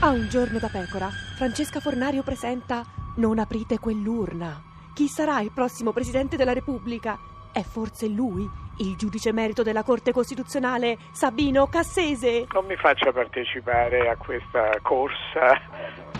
A un giorno da pecora, Francesca Fornario presenta Non aprite quell'urna. Chi sarà il prossimo Presidente della Repubblica? È forse lui, il giudice merito della Corte Costituzionale, Sabino Cassese. Non mi faccia partecipare a questa corsa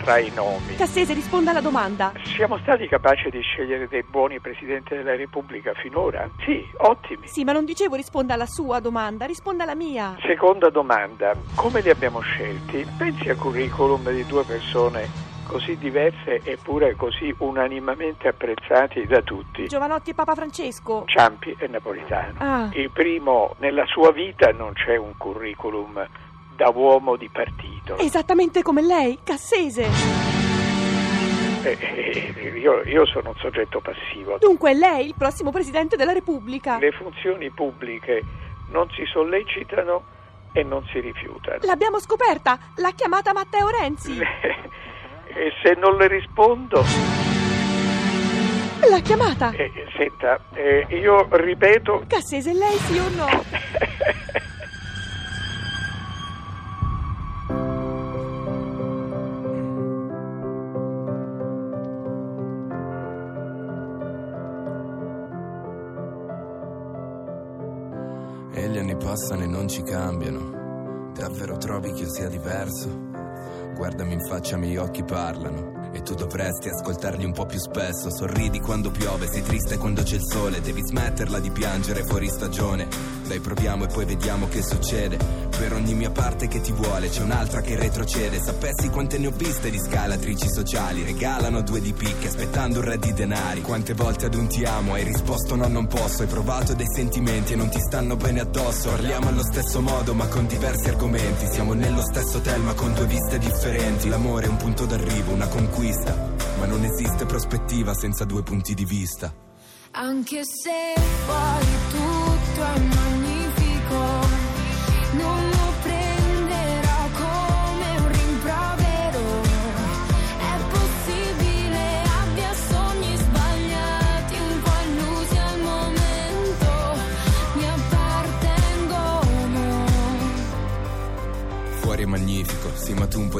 tra i nomi. Cassese risponda alla domanda. Siamo stati capaci di scegliere dei buoni presidenti della Repubblica finora? Sì, ottimi. Sì, ma non dicevo risponda alla sua domanda, risponda alla mia. Seconda domanda, come li abbiamo scelti? Pensi al curriculum di due persone così diverse eppure così unanimemente apprezzati da tutti. Giovanotti e Papa Francesco. Ciampi e Napolitano. Ah. Il primo, nella sua vita non c'è un curriculum da uomo di partito. Esattamente come lei, Cassese. Eh, eh, io, io sono un soggetto passivo. Dunque, lei il prossimo Presidente della Repubblica. Le funzioni pubbliche non si sollecitano e non si rifiutano. L'abbiamo scoperta, l'ha chiamata Matteo Renzi. E se non le rispondo, L'ha chiamata. eh, senta, eh, io ripeto, Cassese, lei sì o no? E gli anni passano e non ci cambiano. Davvero trovi che io sia diverso? Guardami in faccia, i miei occhi parlano. E tu dovresti ascoltarli un po' più spesso. Sorridi quando piove, sei triste quando c'è il sole. Devi smetterla di piangere fuori stagione. Dai, proviamo e poi vediamo che succede. Per ogni mia parte che ti vuole, c'è un'altra che retrocede. Sapessi quante ne ho viste di scalatrici sociali. Regalano due di picche aspettando un re di denari. Quante volte ad un ti amo hai risposto no, non posso. Hai provato dei sentimenti e non ti stanno bene addosso. Parliamo allo stesso modo, ma con diversi argomenti. Siamo nello stesso hotel, ma con due viste differenti. L'amore è un punto d'arrivo, una conquista. Ma non esiste prospettiva senza due punti di vista. Anche se poi tutto è magnifico, non lo prenderò come un rimprovero. È possibile abbia sogni sbagliati, un po' illusi al momento, mi appartengono. Fuori è magnifico, sì ma tu un po'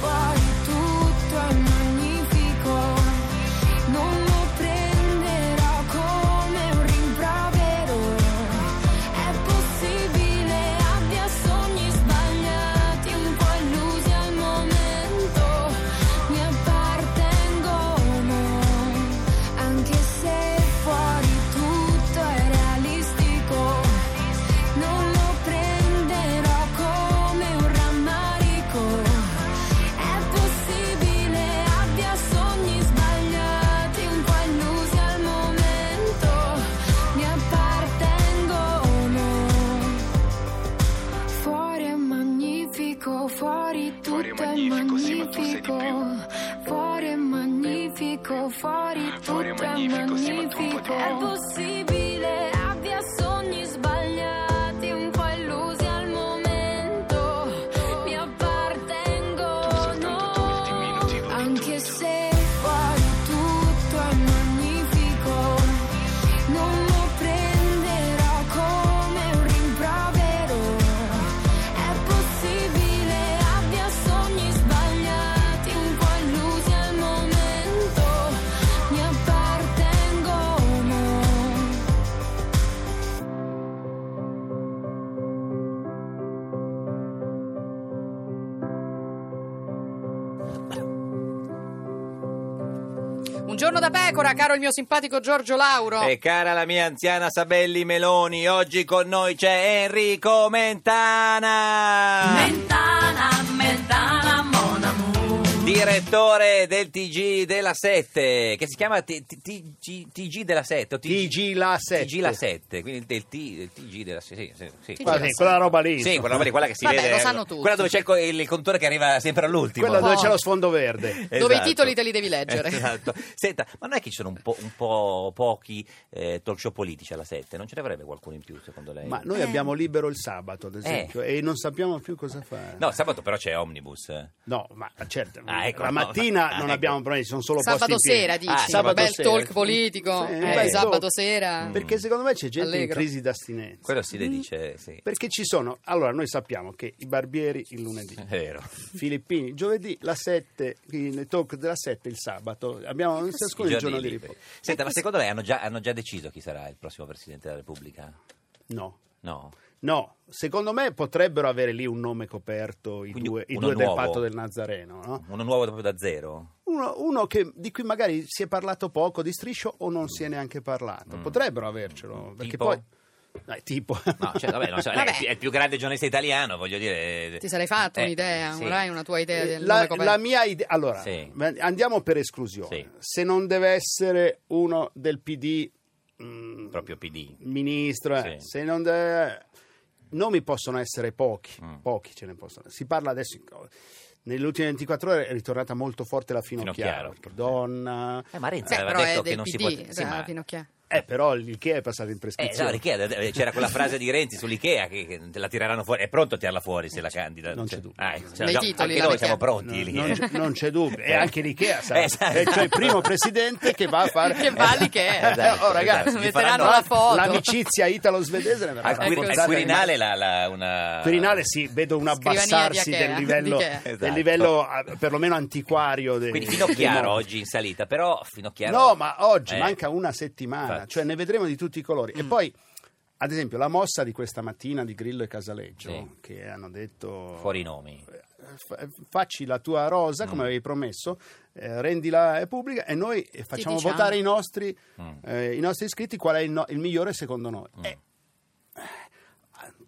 poi tutto è magnifico, non lo prenderò come un rimprovero. È possibile abbia sogni sbagliati, un po' illusi al momento, mi appartengono. Anche se fuori tutto è realistico, non lo prenderò come un rammarico. È possibile abbia sogni sbagliati, un po' illusi al momento, mi appartengono. Fuori è magnifico, fuori tutto Fuori è è magnifico, magnifico. sì, ma tu sei di Fuori è magnifico, fuori tutto Fuori è è magnifico, sì, ma tu un po' di magnifico. È possibile abbia sogni sbagliati, un po' illusi al momento. Mi appartengono. Tu, soltanto tu, il diminutivo di Anche se fuori tutto è magnifico. Non lo prenderò come un rimprovero. È possibile abbia sogni sbagliati, un po' illusi al momento, mi appartengono. Un giorno da pecora, caro il mio simpatico Giorgio Lauro. E cara la mia anziana Sabelli Meloni, oggi con noi c'è Enrico Mentana! Mentana, mentana, mon amour. Dire direttore del TG della 7, che si chiama T- T- TG, TG della 7. o TG la 7. TG la 7, quindi del, T, del TG della 7. Sì, sì, sì. Guarda, sì, quella roba lì. Sì, quella, roba lì, quella che si Vabbè, vede. lo sanno tutti. Quella dove c'è il, co- il contore che arriva sempre all'ultimo. Quella dove po'. c'è lo sfondo verde. Dove i Esatto. titoli te li devi leggere. Esatto. Senta, ma non è che ci sono un po', un po' pochi eh, talk show politici alla 7? Non ce ne avrebbe qualcuno in più, secondo lei? Ma noi Eh. abbiamo libero il sabato, ad esempio, e non sappiamo più cosa fare. Eh. No, sabato però c'è Omnibus. No, ma certo, Ah, ecco, la no, mattina ah, non ecco. abbiamo problemi, ci sono solo Sabato posti in piedi. sera dici, Ah, un sabato bel sera. talk politico, Sì, Mm. Eh, un bel sabato talk. sera. Perché secondo me c'è gente in Allegro. crisi d'astinenza. Mm. Quello si le dice, sì. Perché ci sono, allora noi sappiamo che i barbieri il lunedì, È vero. Filippini il giovedì, la 7, il talk della 7 il sabato, abbiamo ciascuno il I giorno giorni di liberi. riposo. Eh, Senta, ma secondo lei hanno già, hanno già deciso chi sarà il prossimo Presidente della Repubblica? Eh. No. No. No, secondo me potrebbero avere lì un nome coperto i Quindi due, i uno due del nuovo. patto del Nazareno, no? Uno nuovo proprio da zero? uno, uno che- di cui magari si è parlato poco di striscio o non si è neanche parlato. Potrebbero avercelo. Perché Mm. Tipo? poi. Dai, tipo. Eh, No, cioè, vabbè, non so, lei Vabbè. è il più grande giornalista italiano, voglio dire... Ti sarei fatto Eh, un'idea, sì. avrai una tua idea del Eh, La, nome coperto. la mia idea. Allora, Sì. ma- andiamo per esclusione. Sì. Se non deve essere uno del PD, mm, Proprio PD. ministro, eh, Sì. se non deve. Nomi possono essere pochi, Mm. pochi ce ne possono. Si parla adesso. in- Nelle ultime 24 ore è ritornata molto forte la Finocchiaro. Finocchiaro, donna, Eh, ma Renzi Beh, aveva però è detto che del non si PD, poteva... Sì, da ma... Finocchia. Eh, però il che è passato in Eh, no, prescrizione. l'Ikea, eh, c'era quella frase di Renzi sull'Ikea che, che te la tireranno fuori. È pronto a tirarla fuori se la candida? non Cioè, c'è dubbio. ah, ecco, cioè, Nei già- titoli, anche la noi mettiamo. siamo No, pronti. lì. non, c'è- non c'è dubbio, e anche l'Ikea sarà. Eh, esatto. E cioè il primo presidente che va a fare. Che va all'Ikea. oh, ragazzi, Esatto, gli metteranno faranno- la foto. L'amicizia italo-svedese ne verrà Al, Ah, Quir- Ecco, al sì. Quirinale la, la- una... Quirinale sì, vedo un Scrivania di abbassarsi Ikea, del livello, di Ikea. del Esatto. livello eh, perlomeno antiquario. dei- Quindi dei Finocchiaro modi. oggi in salita, però Finocchiaro... No, ma oggi Eh, manca una settimana, Infatti. Mm. cioè ne vedremo di tutti i colori. E poi, ad esempio, la mossa di questa mattina di Grillo e Casaleggio, Sì. che hanno detto... eh, Fuori Mm. i nomi. Fa- facci la tua rosa come avevi promesso, eh, rendila eh, pubblica e noi eh, facciamo diciamo. votare i nostri, Mm. eh, i nostri iscritti qual è il, no- il migliore secondo noi. Eh,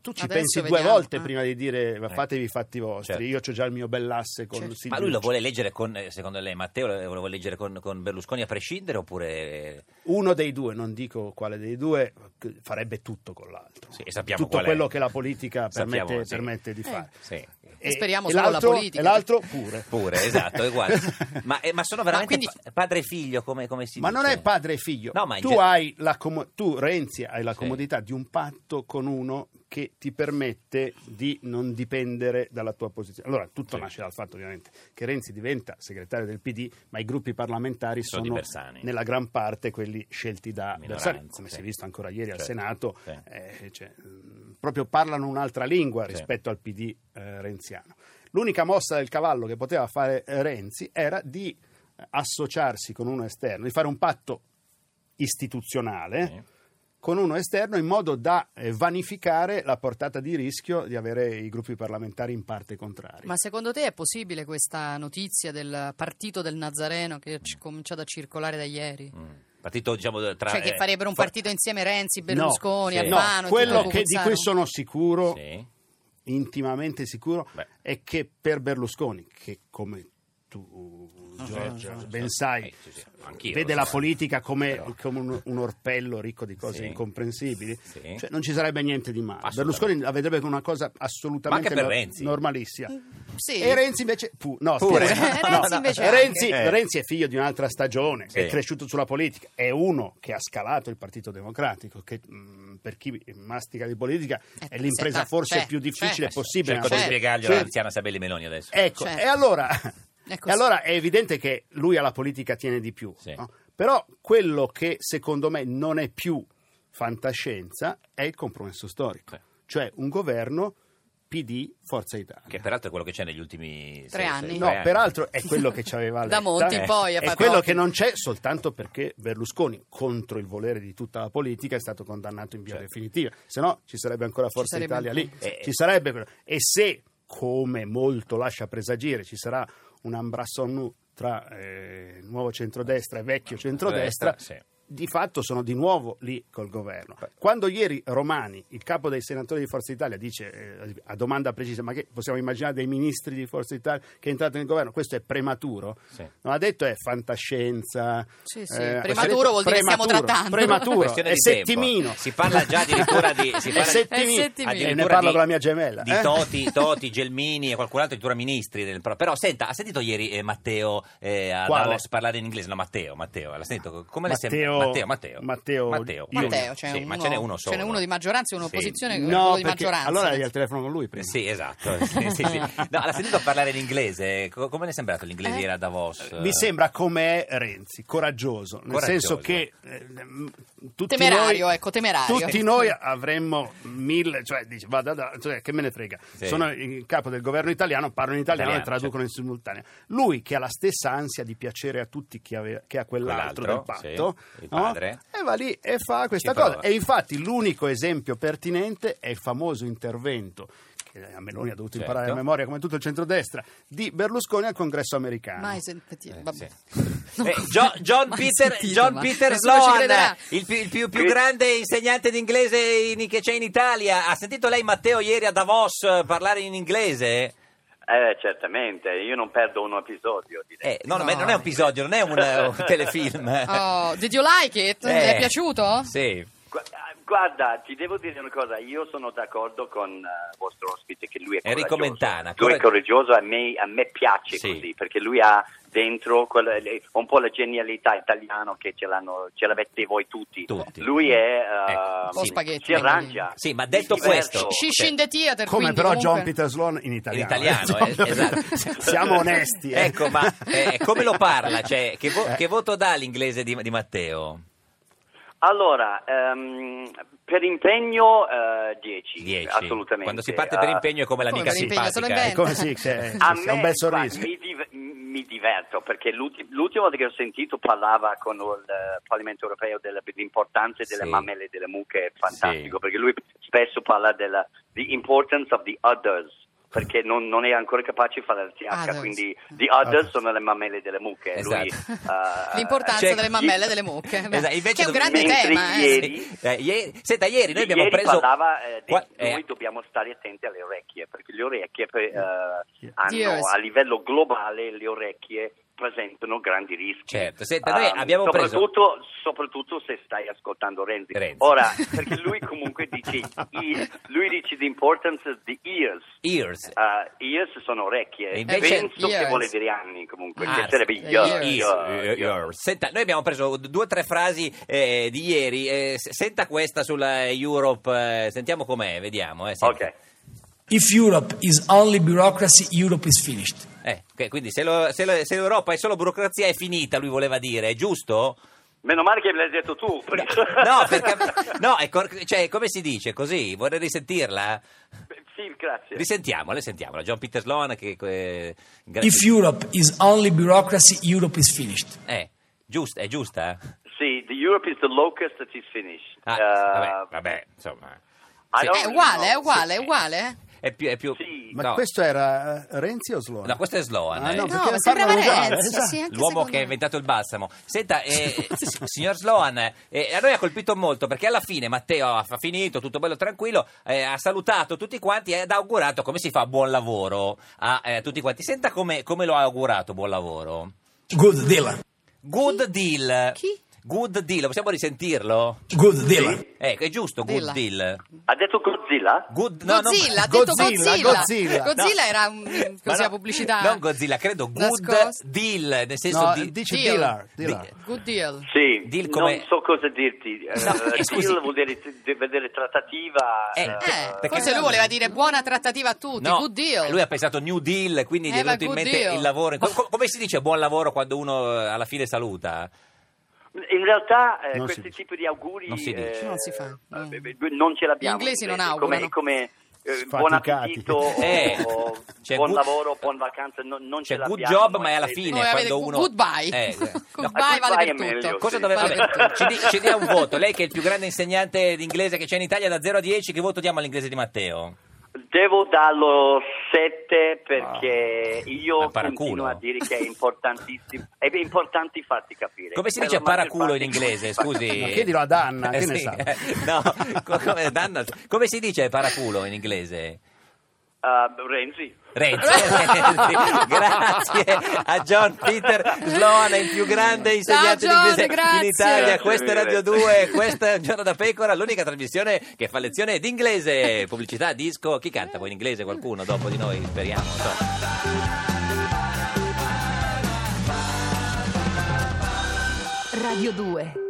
tu ci Adesso pensi due vediamo, volte eh. prima di dire "Va, fatevi i fatti vostri, Certo. io ho già il mio bell'asse con Certo. Ma Silvio lui lo Lucci". vuole leggere con, eh, secondo lei Matteo, lo vuole leggere con, con Berlusconi a prescindere oppure... Uno dei due, non dico quale dei due, che farebbe tutto con l'altro. Sì, e sappiamo tutto qual è. quello che la politica permette, Sappiamo, sì. permette di fare. Sì. Eh. E speriamo e solo la l'altro- politica. E l'altro pure. Pure, esatto, è uguale. ma, eh, ma sono veramente quindi- pa- padre e figlio, come, come si Ma dice? non è padre e figlio. No, ma in tu, gen- hai la comu- tu, Renzi, hai la Sì. comodità di un patto con uno che ti permette di non dipendere dalla tua posizione. Allora, tutto Sì. nasce dal fatto, ovviamente, che Renzi diventa segretario del PD, ma i gruppi parlamentari Sono sono, di Bersani. nella gran parte quelli scelti da Minoranza, Bersani, come sì. si è visto ancora ieri al Certo, Senato. sì. eh, cioè, mh, proprio parlano un'altra lingua Sì. rispetto al PD eh, renziano. L'unica mossa del cavallo che poteva fare eh, Renzi era di associarsi con uno esterno, di fare un patto istituzionale Sì. con uno esterno in modo da eh, vanificare la portata di rischio di avere i gruppi parlamentari in parte contrari. Ma secondo te è possibile questa notizia del partito del Nazareno che è ci- cominciata a circolare da ieri? Mm. Partito, diciamo, tra... Cioè che eh, farebbero un fa- partito insieme Renzi, Berlusconi, No, sì. No, Alfano, tutto quello il che di Cucuzzaro? cui sono sicuro, Sì. intimamente sicuro, Beh. è che per Berlusconi, che come tu Ah, Giorgio ben sai, Eh, sì, sì, anch'io vede lo la so. politica come, Però- come un, un orpello ricco di cose Sì. incomprensibili, Sì. cioè, non ci sarebbe niente di male. Assolutamente. Berlusconi la vedrebbe come una cosa assolutamente per no- Renzi. normalissima. Sì. E Renzi invece... pu- no, Pure. scherzo. Eh, No, Renzi no. invece Renzi- anche. Eh. Renzi è figlio di un'altra stagione, Sì. è cresciuto sulla politica, è uno che ha scalato il Partito Democratico, che mh, per chi mastica di politica Eh, è l'impresa senta, forse c'è, più difficile c'è. possibile. Cerco Certo. di Cioè, spiegarglielo sì. all'anziana Sabelli Meloni adesso. Ecco, Certo. e, allora, È e così. allora è evidente che lui alla politica tiene di più. Sì. no? Però quello che secondo me non è più fantascienza è il compromesso storico, Sì. cioè un governo PD Forza Italia. Che peraltro è quello che c'è negli ultimi... sei- sei- anni. tre No, peraltro è quello che ci aveva Da Letta, Monti in poi, ha è fatto quello Monti. che non c'è soltanto perché Berlusconi, contro il volere di tutta la politica, è stato condannato in via Certo. definitiva. Se no, ci sarebbe ancora Forza sarebbe Italia lì. ancora. Eh, Ci sarebbe quello. E se, come molto lascia presagire, ci sarà un ambrassonnu tra eh, nuovo centrodestra e vecchio centrodestra, Destra, sì. di fatto sono di nuovo lì col governo. Quando ieri Romani, il capo dei senatori di Forza Italia, dice eh, a domanda precisa: ma che possiamo immaginare dei ministri di Forza Italia che entrate nel governo? Questo è prematuro. Sì. Non ha detto è fantascienza. eh, Sì, sì, prematuro vuol dire che stiamo prematuro, trattando. Prematuro, Questione è di tempo. settimino. Si parla già addirittura di- si È parla- settimino. È settimino. E ne addirittura parlo di- con la mia gemella. di eh. Toti, Toti, Gelmini e qualcun altro addirittura ministri del- però, però senta ha sentito ieri eh, Matteo eh, a Quale? Davos parlare in inglese no Matteo Matteo l'ha sentito come le sembra Matteo Matteo- Matteo Matteo, Matteo- Matteo, c'è sì, uno, ma ce n'è uno solo Ce n'è uno di maggioranza e uno Sì. opposizione, No, uno di perché- maggioranza. allora eri al telefono con lui prima. Sì, esatto. Sì, sì, sì. No, l'ha sentito parlare l'inglese. Co- Come le è sembrato l'inglese Eh? era a Davos? Mi sembra come è Renzi, coraggioso, nel Coraggioso. senso che eh, m, tutti Temerario, noi, ecco, temerario. Tutti noi avremmo mille, cioè, dici, vada da- cioè, che me ne frega. Sì. Sono il capo del governo italiano, parlo in italiano Italiano, e traducono in simultanea. Lui che ha la stessa ansia di piacere a tutti che, aveva- che ha Quell'altro, quell'altro, del patto, sì, il no? padre. e va lì e fa questa Ci cosa. prova. E infatti l'unico esempio pertinente è il famoso intervento che a Meloni ha dovuto Certo. imparare a memoria come tutto il centrodestra di Berlusconi al congresso americano. Mai sentiti, Eh, vabbè. sì. Eh, Jo- John, Mai Peter, sentito, John ma Peter nessuno ci Sloan, crederà. Eh, il più, il più- più grande insegnante di inglese in- che c'è in Italia. Ha sentito lei, Matteo, ieri a Davos eh, parlare in inglese? Eh, certamente, io non perdo un episodio, direi. Eh, no, no, No. non è un episodio, non è un, eh, un telefilm. Oh, did you like it? Eh. Mi è piaciuto? Sì. Gu- ah, Guarda, ti devo dire una cosa, io sono d'accordo con eh, il vostro ospite che lui è Enrico coraggioso. Mentana, Lui è corretto. coraggioso, a me, a me piace Sì. così, perché lui ha dentro quella- le- un po' la genialità italiana che ce, l'hanno, ce l'avete voi tutti. Tutti. Lui è... eh, Ecco, sì. Un po' spaghetti, Si arrangia. sì, ma detto si diverte. questo- She she in the theater, Come quindi, però comunque- John Peter Sloan in italiano. italiano, eh. eh, Insomma, esatto. Siamo onesti. eh. Ecco, ma eh, come lo parla? Cioè, che, vo- che voto dà l'inglese di, di Matteo? Allora, ehm, per impegno eh, 10, 10. assolutamente. Quando si parte per Eh, impegno è come l'amica come per impegno, simpatica. solo in eh. bene. Come sì, c'è, A c'è me, un bel guarda, sorriso. mi, div- mi diverto perché l'ulti- l'ultima volta che ho sentito parlava con il eh, Parlamento europeo della- dell'importanza delle Sì. mammelle e delle mucche, è fantastico, perché lui spesso parla della the importance of the others, perché non, non è ancora capace di fare il TH, Others. quindi the others Others. sono le mammelle delle mucche. Lui, eh, L'importanza Cioè, delle mammelle e delle mucche. Beh, Esatto, invece che è un dov- grande mentre tema, eh. ieri- Eh, ieri- senta, ieri noi abbiamo Ieri preso... parlava eh, di Qua- eh, noi dobbiamo stare attenti alle orecchie perché le orecchie eh, Yes. hanno a livello globale le orecchie presentano grandi rischi Certo, senta, noi Um, abbiamo preso- soprattutto, soprattutto se stai ascoltando Renzi. Renzi. ora perché lui comunque dice i- lui dice the importance of the ears Ears. Uh, ears sono orecchie E invece- penso Ears. che vuole dire anni comunque Ah, eh, che sarebbe sì, ears, ears. ears, ears. Ears. Senta, noi abbiamo preso due o tre frasi eh, di ieri. eh, s- senta questa sulla Europe, eh, sentiamo com'è, vediamo. Eh, senta. ok If Europe is only bureaucracy, Europe is finished. Eh, ok, quindi se, lo- se lo- se l'Europa è solo burocrazia è finita, lui voleva dire, è giusto? meno male che me l'hai detto tu perché- No, perché, no è cor- cioè, come si dice così? Vorrei risentirla? sì grazie Risentiamola, sentiamola. John Peter Sloan che... eh, gra- If Europe is only bureaucracy, Europe is finished. Eh, giust- è giusta? Sì, the Europe is the locust that is finished. Ah, Eh, vabbè, vabbè, insomma... I Sì. don't È uguale, è know. uguale, è uguale. È più... È più Sì. Ma no. questo era eh, Renzi o Sloan? No, questo è Sloan. Ah, eh. no, No, Perché ma sembrava parlano uguale, Renzi, esatto. sì, anche L'uomo secondo che ha me. inventato il balsamo. Senta, eh, s- signor Sloan, eh, a noi ha colpito molto perché alla fine Matteo ha ha finito, tutto bello tranquillo, eh, ha salutato tutti quanti ed ha augurato come si fa buon lavoro a eh, tutti quanti. Senta come, come lo ha augurato buon lavoro. Good deal. Good deal. Chi? Good deal, possiamo risentirlo? Good deal. Ecco, è giusto, Dilla. good deal. Ha detto Godzilla? Good, no, non- Godzilla, ha detto Godzilla, Godzilla. Godzilla. Godzilla era un, così Ma la no, pubblicità. Non Godzilla, credo good Nascosta. deal, nel senso No, di... dice Deal. Dillard. Di- Dillard. Good deal. Sì, Deal come- non so cosa dirti. Eh, No, scusi. deal vuol dire, di- vedere trattativa. Eh, eh, Eh, perché- forse lui voleva dire buona trattativa a tutti, No, eh, good deal. Lui ha pensato New Deal, quindi gli Eh, è ma venuto in good mente deal. il lavoro. Co- co- come si dice buon lavoro quando uno eh, alla fine saluta? In realtà eh, Non si questi dice. tipi di auguri Non si dice. eh, Non si fa, no. eh, non ce l'abbiamo. Gli inglesi non Come- augurano. Come, eh, buon Sfaticati. appetito, o- Eh, o c'è buon good- lavoro, buon vacanza, no- non C'è ce l'abbiamo. eh, good job, ma è noi alla inglesi. fine. Come avete- quando uno- Goodbye. Eh, eh. No, goodbye vale goodbye è per tutto. meglio, Cosa sì. doveva Vale per vabbè, tutto. ci, di- ci dia un voto, lei che è il più grande insegnante di inglese che c'è in Italia da 0 a 10, che voto diamo all'inglese di Matteo? Devo darlo 7 perché Ah. io È paraculo. continuo a dire che è importantissimo. È importante farti capire. Come si dice Quello non paraculo in si fa- inglese? Scusi. Ma chiedilo ad Anna, che Eh, ne sì. sa? No, co- come, Danna- come si dice paraculo in inglese? Ah, Renzi. Renzi, Renzi. grazie a John Peter Sloan, il più grande insegnante Ciao, di John, inglese in grazie. Italia. Grazie Questa è mille. Radio 2, questa è Giorno da Pecora, l'unica trasmissione che fa lezione d'inglese. Pubblicità, disco, chi canta poi in inglese? Qualcuno dopo di noi, speriamo. non so. Radio 2